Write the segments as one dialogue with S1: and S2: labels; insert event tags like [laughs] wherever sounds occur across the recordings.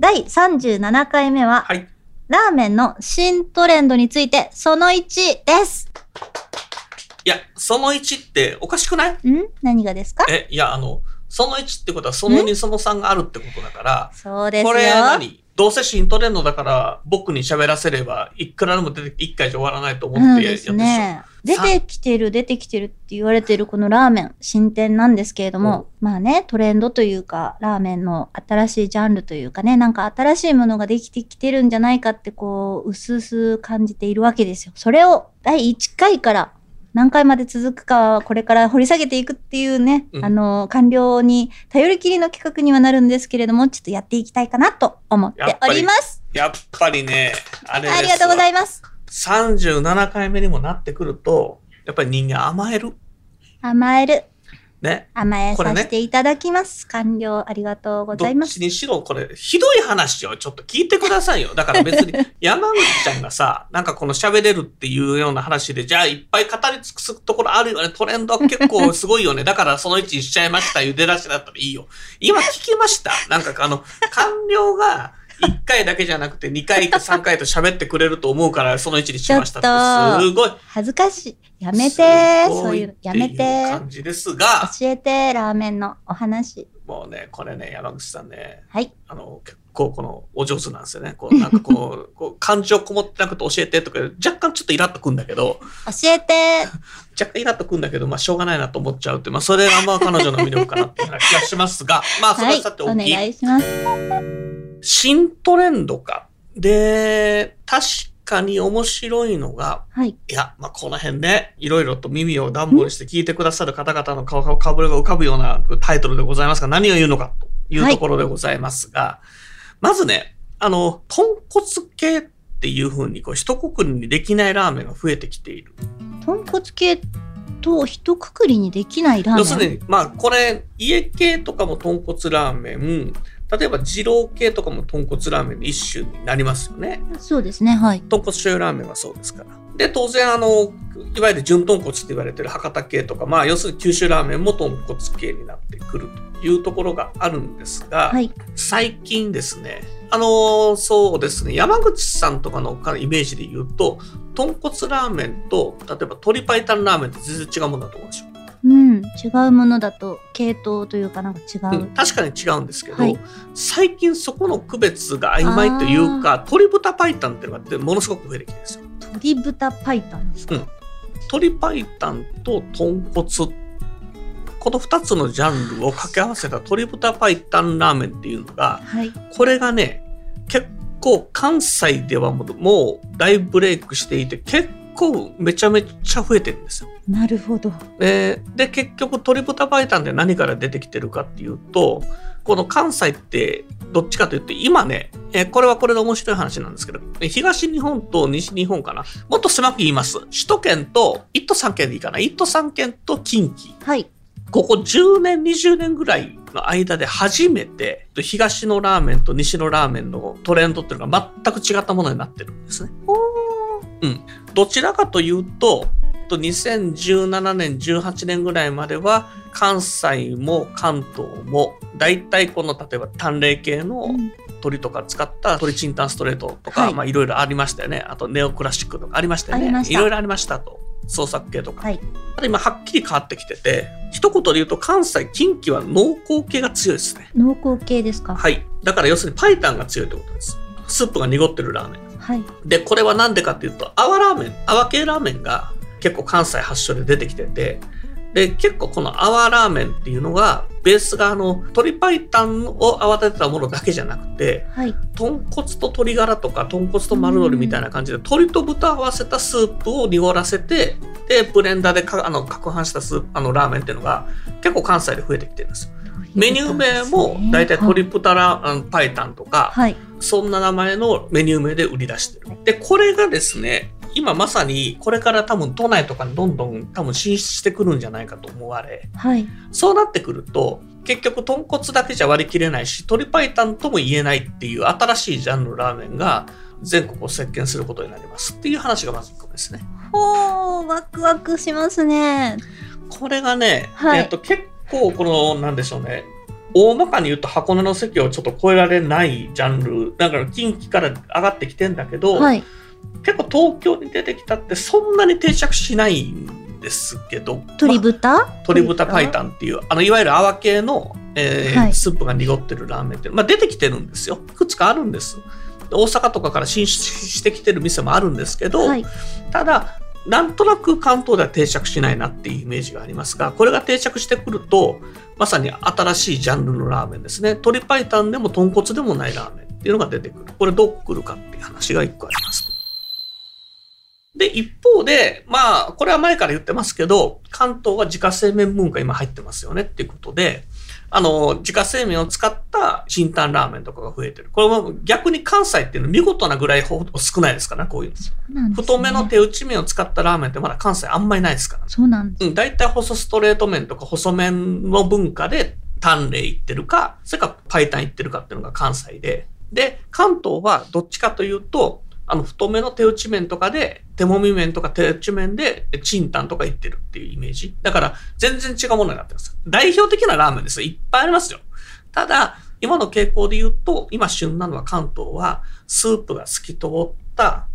S1: 第37回目は、
S2: はい
S1: ラーメンの新トレンドについてその1です
S2: いやその1っておかしくない
S1: ん何がですか
S2: えいやあのその1ってことはその2その3があるってことだから
S1: そうですよ
S2: これ何どうせ新トレンドだから僕に喋らせればいくらでも出て1回じゃ終わらないと思
S1: そ
S2: っ
S1: う
S2: てや
S1: で
S2: ってし
S1: す
S2: ょ
S1: ね。出
S2: さ
S1: てきてる、出てきてるって言われてるこのラーメン、新店なんですけれども、まあね、トレンドというか、ラーメンの新しいジャンルというかね、なんか新しいものができてきてるんじゃないかってこう、うすうす感じているわけですよ。それを第1回から何回まで続くかはこれから掘り下げていくっていうね、
S2: うん
S1: あの、官僚に頼りきりの企画にはなるんですけれども、ちょっとやっていきたいかなと思っております。
S2: やっぱりねあれですわ
S1: ありがとうございます。
S2: 37回目にもなってくると、やっぱり人間甘える。
S1: 甘える。
S2: ね。
S1: 甘え
S2: これ
S1: さ
S2: ね
S1: せていただきます。完了ありがとうご
S2: ど
S1: ざい
S2: っ
S1: ます。
S2: ちにしろ、これ、ひどい話をちょっと聞いてくださいよ。だから別
S1: [laughs]
S2: に、山口ちゃんがさ、なんかこの喋れるっていうような話で、じゃあいっぱい語り尽くすところあるよね。トレンドは結構すごいよね。だからその位置にしちゃいました。茹で出しだったらいいよ。今聞きました。なんかあの、官僚が、1回だけじゃなくて2回か3回と喋ってくれると思うからその位置にしました
S1: ちょ
S2: っ
S1: ってと
S2: すごい
S1: 恥ずかしい。やめて。
S2: すご
S1: そうい
S2: いうって
S1: の。やめて。
S2: 感じですが、
S1: 教えて、ラーメンのお話。
S2: もうね、これね、山口さんね、
S1: はい。
S2: あの、結構この、お上手なんですよね。こう、なんかこう、
S1: [laughs]
S2: こう感情こもってなくて教えてとか、若干ちょっとイラっとくんだけど、
S1: 教えて。
S2: 若干イラっとくんだけど、まあ、しょうがないなと思っちゃうって、まあ、それがまあ、彼女の魅力かなっていうような気がします
S1: [laughs]
S2: が、まあ、そ
S1: は
S2: れ
S1: い
S2: はさ。て
S1: お
S2: おき、
S1: 願いします。
S2: 新トレンドか。で、確かに面白いのが、
S1: はい。
S2: いや、まあ、この辺ね、いろいろと耳をダンボにして聞いてくださる方々の顔が顔ぶれが浮かぶようなタイトルでございますが、何を言うのかというところでございますが、まずね、あの、豚骨系っていうふうに、こう、一括りにできないラーメンが増えてきている。
S1: 豚骨系と一括りにできないラーメ
S2: 要
S1: ン。
S2: するに、まあ、これ、家系とかも豚骨ラーメン、例えば二郎系とかも豚骨ラーメンの一種になりますよね。
S1: そうですね。はい。
S2: 豚骨醤油ラーメンはそうですから。で、当然、あの、いわゆる純豚骨って言われてる博多系とか、まあ、要するに九州ラーメンも豚骨系になってくるというところがあるんですが、
S1: はい。
S2: 最近ですね、あの、そうですね、山口さんとかのイメージで言うと、豚骨ラーメンと、例えば鶏白湯ラーメンって全然違うものだと思うんですよ。
S1: うん。違うものだと、系統というかなんか違
S2: う
S1: う。
S2: ん、確かに違うんですけど、
S1: はい
S2: 最近そこの区別が曖昧というか、鶏豚白湯っていうのがものすごく増えてきてるんですよ。
S1: 鶏豚白湯ですか。
S2: 鶏白湯と豚骨この2つのジャンルを掛け合わせた鶏豚白湯ラーメンっていうのが
S1: はい。
S2: これがね結構関西ではもうもう大ブレイクしていて結構めちゃめちゃ増えてるんですよ。
S1: なるほど。
S2: でで結局鶏豚白湯って何から出てきてるかっていうとこの関西ってどっちかというと今ね、えーこれはこれで面白い話なんですけどえー東日本と西日本かなもっと狭く言います首都圏と1都3県でいいかな1都3県と近畿
S1: はい。
S2: ここ10年20年ぐらいの間で初めて東のラーメンと西のラーメンのトレンドっていうのが全く違ったものになってるんですね。
S1: おー。
S2: どちらかというと、と2017年、18年ぐらいまでは、関西も関東も、大体この、例えば、淡麗系の
S1: うん
S2: 鳥とか使った鳥チンタンストレートとか、
S1: はい
S2: い、まあ、いろいろありましたよね。あと、ネオクラシックとかありましたよ
S1: ありま
S2: ね。
S1: した
S2: いろいろありましたと。創作系とか。
S1: はい。
S2: ただ今、はっきり変わってきてて、一言で言うと、関西、近畿は濃厚系が強いですね。
S1: 濃厚系ですか。
S2: はい。だから、要するに、パイタンが強いってことです。スープが濁ってるラーメン。
S1: はい。
S2: で、これはなんでかっていうと、泡ラーメン、泡系ラーメンが結構関西発祥で出てきてて、で、結構この泡ラーメンっていうのが、ベースがあの、鶏白湯を泡立てたものだけじゃなくて、
S1: はい。
S2: 豚骨と鶏ガラとか、豚骨と丸鶏みたいな感じで、鶏と豚を合わせたスープを濁らせて、で、ブレンダーでかあの、攪拌したスープ、あの、ラーメンっていうのが、結構関西で増えてきてるんですよ。メニュー名も、だいたい
S1: 鳥
S2: 鶏豚ラー、あの白湯とか、
S1: はい。
S2: そんな名前のメニュー名で売り出してる。で、これがですね、今まさにこれから多分都内とかにどんどん多分進出してくるんじゃないかと思われ、
S1: はい。
S2: そうなってくると、結局豚骨だけじゃ割り切れないし、鶏白湯とも言えないっていう新しいジャンルのラーメンが全国を席巻することになりますっていう話がまず1個目ですね。
S1: ほう、ワクワクしますね。
S2: これがね、
S1: はい
S2: えっと、結構このなんでしょうね大まかに言うと箱根の席をちょっと超えられないジャンルだから近畿から上がってきてんだけど、
S1: はい。
S2: 結構東京に出てきたってそんなに定着しないんですけど
S1: 鶏豚
S2: まあ鶏豚パイタンっていうあのいわゆる泡系の、えー
S1: はい
S2: スープが濁ってるラーメンって、まあ、出てきてるんですよいくつかあるんです大阪とかから進出してきてる店もあるんですけど、
S1: はい。
S2: ただなんとなく関東では定着しないなっていうイメージがありますがこれが定着してくるとまさに新しいジャンルのラーメンですね鶏白湯でも豚骨でもないラーメンっていうのが出てくるこれどうくるかっていう話が1個ありますで一方でまあこれは前から言ってますけど関東は自家製麺文化今入ってますよねっていうことであの自家製麺を使った新タンラーメンとかが増えてるこれも逆に関西っていうのは見事なぐらいほ少ないですからねこういうの
S1: そうなんですね
S2: 太めの手打ち麺を使ったラーメンってまだ関西あんまりないですから、
S1: そうなんです。
S2: うん、大体細ストレート麺とか細麺の文化で丹麗行ってるかそれかパイタン行ってるかっていうのが関西でで関東はどっちかというとあの太めの手打ち麺とかで手もみ麺とか手打ち麺でチンタンとか行ってるっていうイメージだから全然違うものになってます代表的なラーメンですよいっぱいありますよただ今の傾向で言うと今旬なのは関東はスープが透き通った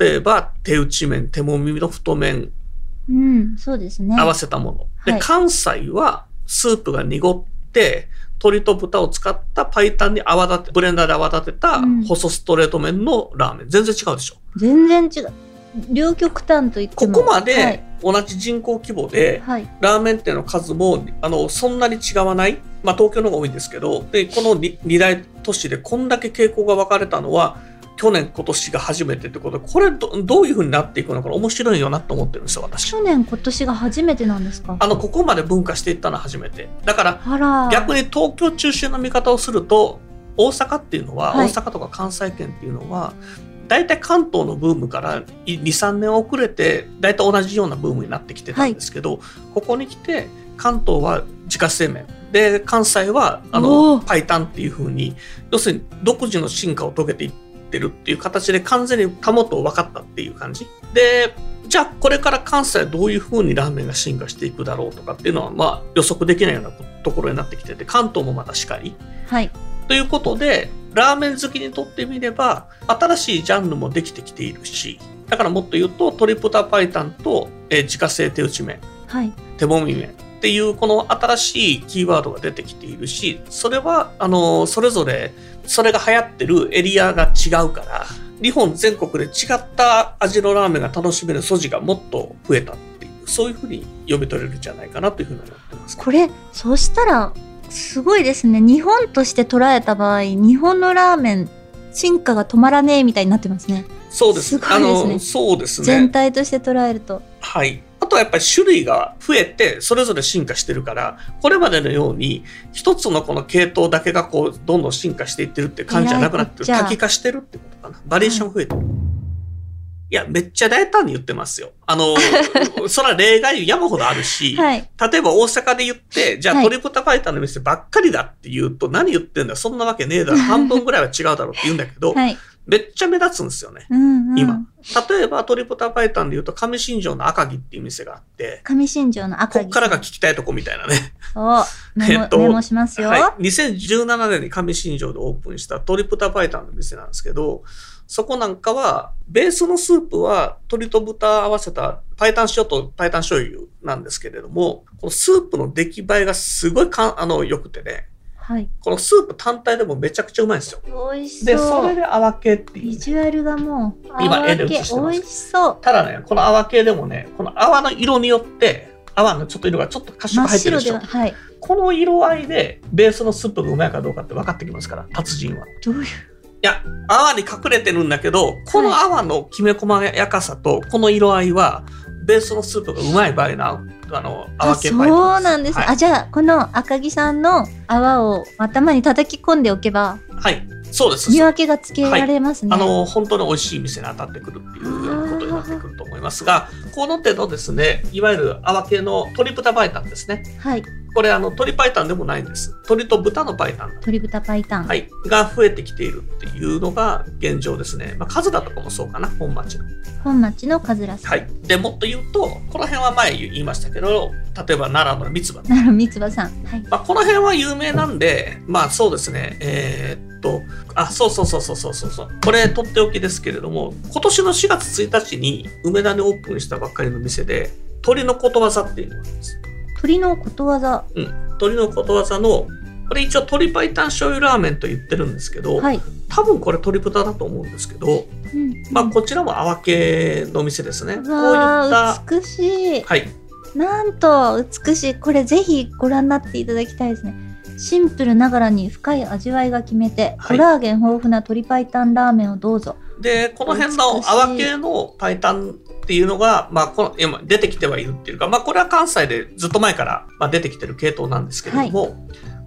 S2: 例えば手打ち麺手もみの太麺
S1: うん、そうですね。
S2: 合わせたもの。で、
S1: はい
S2: 関西はスープが濁って、鶏と豚を使った白湯に泡立て、ブレンダーで泡立てた
S1: うん
S2: 細ストレート麺のラーメン。全然違うでしょ。
S1: 全然違う。両極端と言って
S2: こ
S1: も。
S2: こま
S1: は
S2: で
S1: い。
S2: 同じ人口規模で、
S1: はい。
S2: ラーメン店の数も、あの、そんなに違わない。まあ、東京の方が多いんですけど、で、この 2, 大都市でこんだけ傾向が分かれたのは、去年、今年が初めてってことで、これど、どういうふうになっていくのかな面白いよなと思ってるんですよ、私。
S1: 去年、今年が初めてなんですか。
S2: あの、ここまで分化していったのは初めて。だから、
S1: あら。
S2: 逆に東京中心の見方をすると大阪っていうのは、
S1: はい
S2: 大阪とか関西圏っていうのは大体関東のブームから23年遅れて大体同じようなブームになってきてたんですけど、ここに来て関東は自家製麺で関西はあ
S1: お
S2: の
S1: ー
S2: パイタンっていう風に要するに独自の進化を遂げていってるっていう形で完全に保とを分かったっていう感じでじゃあこれから関西はどういうふうにラーメンが進化していくだろうとかっていうのはまあ予測できないようなところになってきてて関東もまたしかり。
S1: はい。
S2: ということでラーメン好きにとってみれば新しいジャンルもできてきているしだからもっと言うとトリプタパイタンと、えー自家製手打ち麺
S1: はい。
S2: 手もみ麺っていうこの新しいキーワードが出てきているしそれはあのそれぞれそれが流行ってるエリアが違うから日本全国で違った味のラーメンが楽しめる素地がもっと増えたっていうそういうふうに読み取れるんじゃないかなというふうに思ってます。
S1: これ、そうしたら、すごいですね。日本として捉えた場合、日本のラーメン、進化が止まらねえみたいになってますね。
S2: そうです
S1: すごいですね
S2: あのそうです
S1: 全
S2: ね
S1: 体として捉えると。
S2: はい。あとはやっぱり種類が増えて、それぞれ進化してるから、これまでのように、一つのこの系統だけがこう、どんどん進化していってるって感じじゃなくなってる。
S1: えらいこっちゃ
S2: 多岐化してるってことかな。バリエーション増えてる。いや、めっちゃ大胆に言ってますよ。あ
S1: [laughs]
S2: の、そら例外山ほどあるし、
S1: はい。
S2: 例えば大阪で言って、じゃあ
S1: はい
S2: トリプタファイターの店ばっかりだって言うと、何言ってんだそんなわけねえだ
S1: [laughs]
S2: ろ。半分ぐらいは違うだろうって言うんだけど、
S1: はい。
S2: めっちゃ目立つんですよね。
S1: うん、うん。
S2: 今。例えば、トリポタパイタンで言うと、上新庄の赤城っていう店があって、
S1: 上新庄の赤
S2: こ
S1: 城
S2: っからが聞きたいとこみたいなね。
S1: そう。メモ,、
S2: えっと
S1: メモしますよ。
S2: はい。2017年に上新庄でオープンしたトリプタパイタンの店なんですけど、そこなんかは、ベースのスープは鶏と豚合わせたパイタン塩とパイタン醤油なんですけれども、このスープの出来栄えがすごいかんあの、良くてね、
S1: はい。
S2: このスープ単体でもめちゃくちゃうまいんですよ。
S1: 美味し
S2: で、そ
S1: そ
S2: れ
S1: う。
S2: で泡系っていうね、
S1: ビジュアルがもう、
S2: 今
S1: 泡
S2: 絵で
S1: 系
S2: 写してます
S1: 美味しそう。
S2: ただね、この泡系でもね、この泡の色によって、泡のちょっと色がちょっと褐
S1: 真
S2: 色
S1: っ
S2: 入ってる
S1: 白
S2: でし
S1: で
S2: ょ
S1: は、。はい。
S2: この色合いで、ベースのスープがうまいかどうかって分かってきますから、達人は。い
S1: どういう。
S2: や、泡に隠れてるんだけど、この泡のきめ細やかさと、この色合いは、ベースのスープがうまい場合の、あの、
S1: あ
S2: 泡系
S1: そう
S2: パイタン
S1: なんですね、
S2: は
S1: あじゃあこの赤木さんの泡を頭に叩き込んでおけば
S2: い。はいそうです。
S1: 見分けがつけられますね。
S2: あの本当に美味しい店に当たってくるっていうようなことになってくると思いますがこの手のですねいわゆる泡系の鶏豚白湯ですね
S1: はい。
S2: これあの鶏白湯でもないんです鶏と豚の白湯
S1: 鶏豚白湯。
S2: は
S1: はい。
S2: い、が増えてきているっていうのが現状ですね、まあ、数だとかもそうかな本町の。
S1: 本町のカズラさん。
S2: はい、でもっと言うとこの辺は前言いましたけど例えば奈良の三つ葉
S1: なる三つ葉さん。はい。
S2: まあ、この辺は有名なんで、まあそうですね、えーっと、あ、そうそうそうそうそうそうそう、これ、とっておきですけれども、今年の4月1日に梅田にオープンしたばっかりの店で、鳥のことわざっていうのがあるんです。
S1: 鳥のことわざ。
S2: 鳥のことわざの、これ一応鳥白湯醤油ラーメンと言ってるんですけど、
S1: はい。
S2: 多分これ鳥豚だと思うんですけど、
S1: うん
S2: まあこちらも泡系の店ですね。こういっ
S1: うわ
S2: た
S1: あ、、美しい。
S2: はい、
S1: なんと美しい。これぜひご覧になっていただきたいですね。シンプルながらに深い味わいが決めて、
S2: はい
S1: コラーゲン豊富な鶏白湯ラーメンをどうぞ。
S2: でこの辺の泡系のパイタンっていうのが、まあ、この今出てきてはいるっていうか、まあ、これは関西でずっと前から、まあ、出てきてる系統なんですけれども、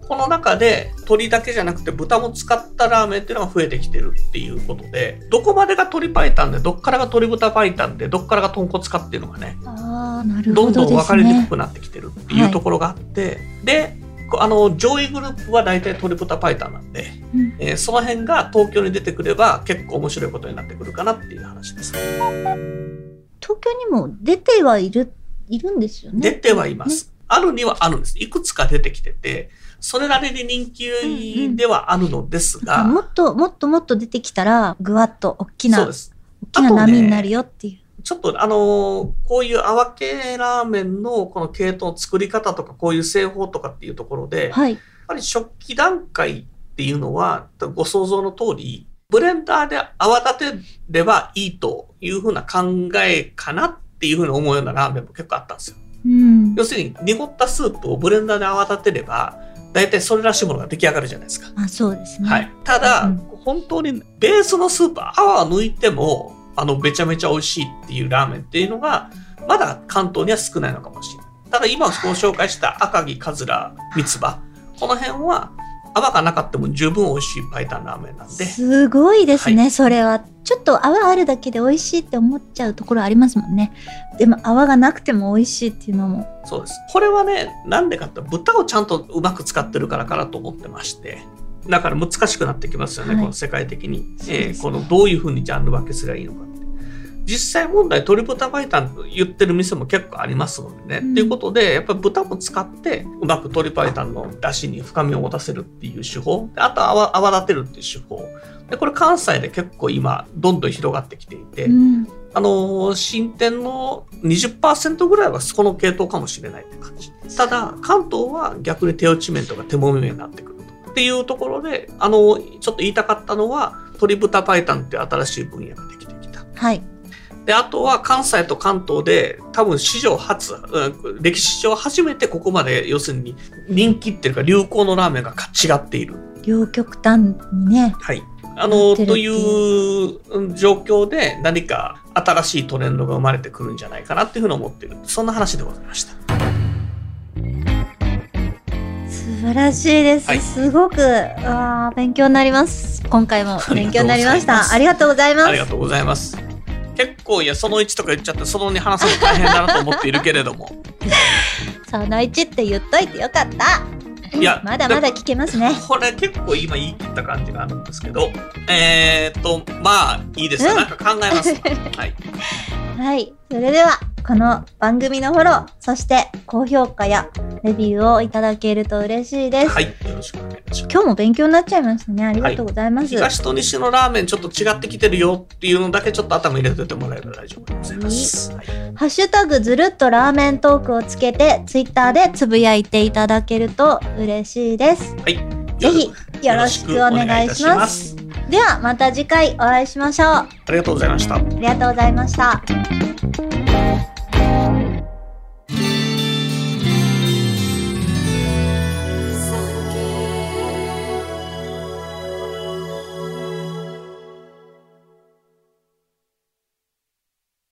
S2: この中で鶏だけじゃなくて豚も使ったラーメンっていうのが増えてきてるっていうことでどこまでが鶏白湯でどっからが鶏豚白湯でどっからが豚骨かっていうのがね
S1: ああ、なる
S2: ど
S1: ほ
S2: ん
S1: ど
S2: どん
S1: で
S2: 分
S1: す
S2: かりに
S1: ね
S2: く。くなってきてるっていうところがあって、でこあの上位グループは大体鶏豚白湯なんで、
S1: うん
S2: えーその辺が東京に出てくれば結構面白いことになってくるかなっていう話です。
S1: 東京にも出てはいる、いるんですよね。
S2: 出てはいます。あるにはあるんです。いくつか出てきてて、それなりに人気ではあるのですが、
S1: もっともっともっと出てきたら、ぐわっと大き
S2: そう
S1: な、
S2: です。
S1: 大きな波になるよっていう。
S2: ちょっとあのーこういう泡系ラーメンのこの系統の作り方とか、こういう製法とかっていうところで、やっ
S1: はい。
S2: ぱり初期段階っていうのは、ご想像の通り、ブレンダーで泡立てればいいというふうな考えかなっていうふうに思うようなラーメンも結構あったんですよ。
S1: うん。
S2: 要するに濁ったスープをブレンダーで泡立てれば、大体それらしいものが出来上がるじゃないですか。
S1: まあそうですね。
S2: はい。ただ、
S1: うん
S2: 本当にベースのスープ、泡抜いても、あの、めちゃめちゃ美味しいっていうラーメンっていうのが、まだ関東には少ないのかもしれない。ただ今ご紹介した赤城、カズラ、三つ葉。この辺は、泡がなかったも十分美味しい白湯ラーメンなんで。
S1: すごいですね、
S2: は
S1: それは。ちょっと泡あるだけで美味しいって思っちゃうところありますもんね。でも泡がなくても美味しいっていうのも。
S2: そうです。これはね、なんでかって、豚をちゃんとうまく使ってるからかなと思ってまして。だから難しくなってきますよね、
S1: はい
S2: この世界的に。
S1: そう
S2: え
S1: で
S2: ー
S1: す
S2: こ
S1: ね
S2: のどういうふうにジャンル分けすればいいのかって。実際問題、鶏豚白湯と言ってる店も結構ありますのでね。と、
S1: うん
S2: いうことで、やっぱり豚も使って、うまく鶏白湯の出汁に深みを持たせるっていう手法。であと泡、泡立てるっていう手法。で、これ関西で結構今、どんどん広がってきていて、
S1: うん、
S2: あのー新店の20%ぐらいはそこの系統かもしれないって感じ。ただ、関東は逆に手打ち麺とか手もみ麺になってくると。っていうところで、あのーちょっと言いたかったのは、鶏豚白湯っていう新しい分野ができてきた。
S1: はい。
S2: で、あとは関西と関東で多分史上初、うん歴史上初めてここまで要するに人気っていうか流行のラーメンが違っている。
S1: 両極端にね。
S2: はい。あの、
S1: なってるっ
S2: と
S1: て
S2: い
S1: いう
S2: うん状況で何か新しいトレンドが生まれてくるんじゃないかなっていうふうに思ってる。そんな話でございました。
S1: 素晴らしいです。
S2: はい
S1: すごく、あー勉強になります。今回 [laughs] も勉強になりました。
S2: あ
S1: あ
S2: り
S1: りがとうございます。
S2: ありがとうございます。結構、いや、その1とか言っちゃって、その2話すの大変だなと思っているけれども。
S1: その1って言っといてよか [laughs] った。
S2: いや
S1: まだまだ聞けますね。
S2: これ結構今言い切った感じがあるんですけど、えーっと、まあ、いいですよ。
S1: うん
S2: なんか考えますわ。
S1: [laughs]
S2: はい。
S1: はい。それでは、この番組のフォロー、そして高評価やレビューをいただけると嬉しいです。
S2: はい。よろしくお願いします。
S1: 今日も勉強になっちゃいましたね。ありがとうございます。
S2: 東と西のラーメンちょっと違ってきてるよっていうのだけちょっと頭入れててもらえば大丈夫でございます。はい
S1: ハッシュタグずるっとラーメントークをつけて、ツイッターでつぶやいていただけると嬉しいです。ぜひよろしくお願
S2: よろしく
S1: いし
S2: お願いいたしま
S1: ます。
S2: す
S1: ではまた次回お会いしましょう。あ
S2: ありがとうございました。
S1: りがとうございました。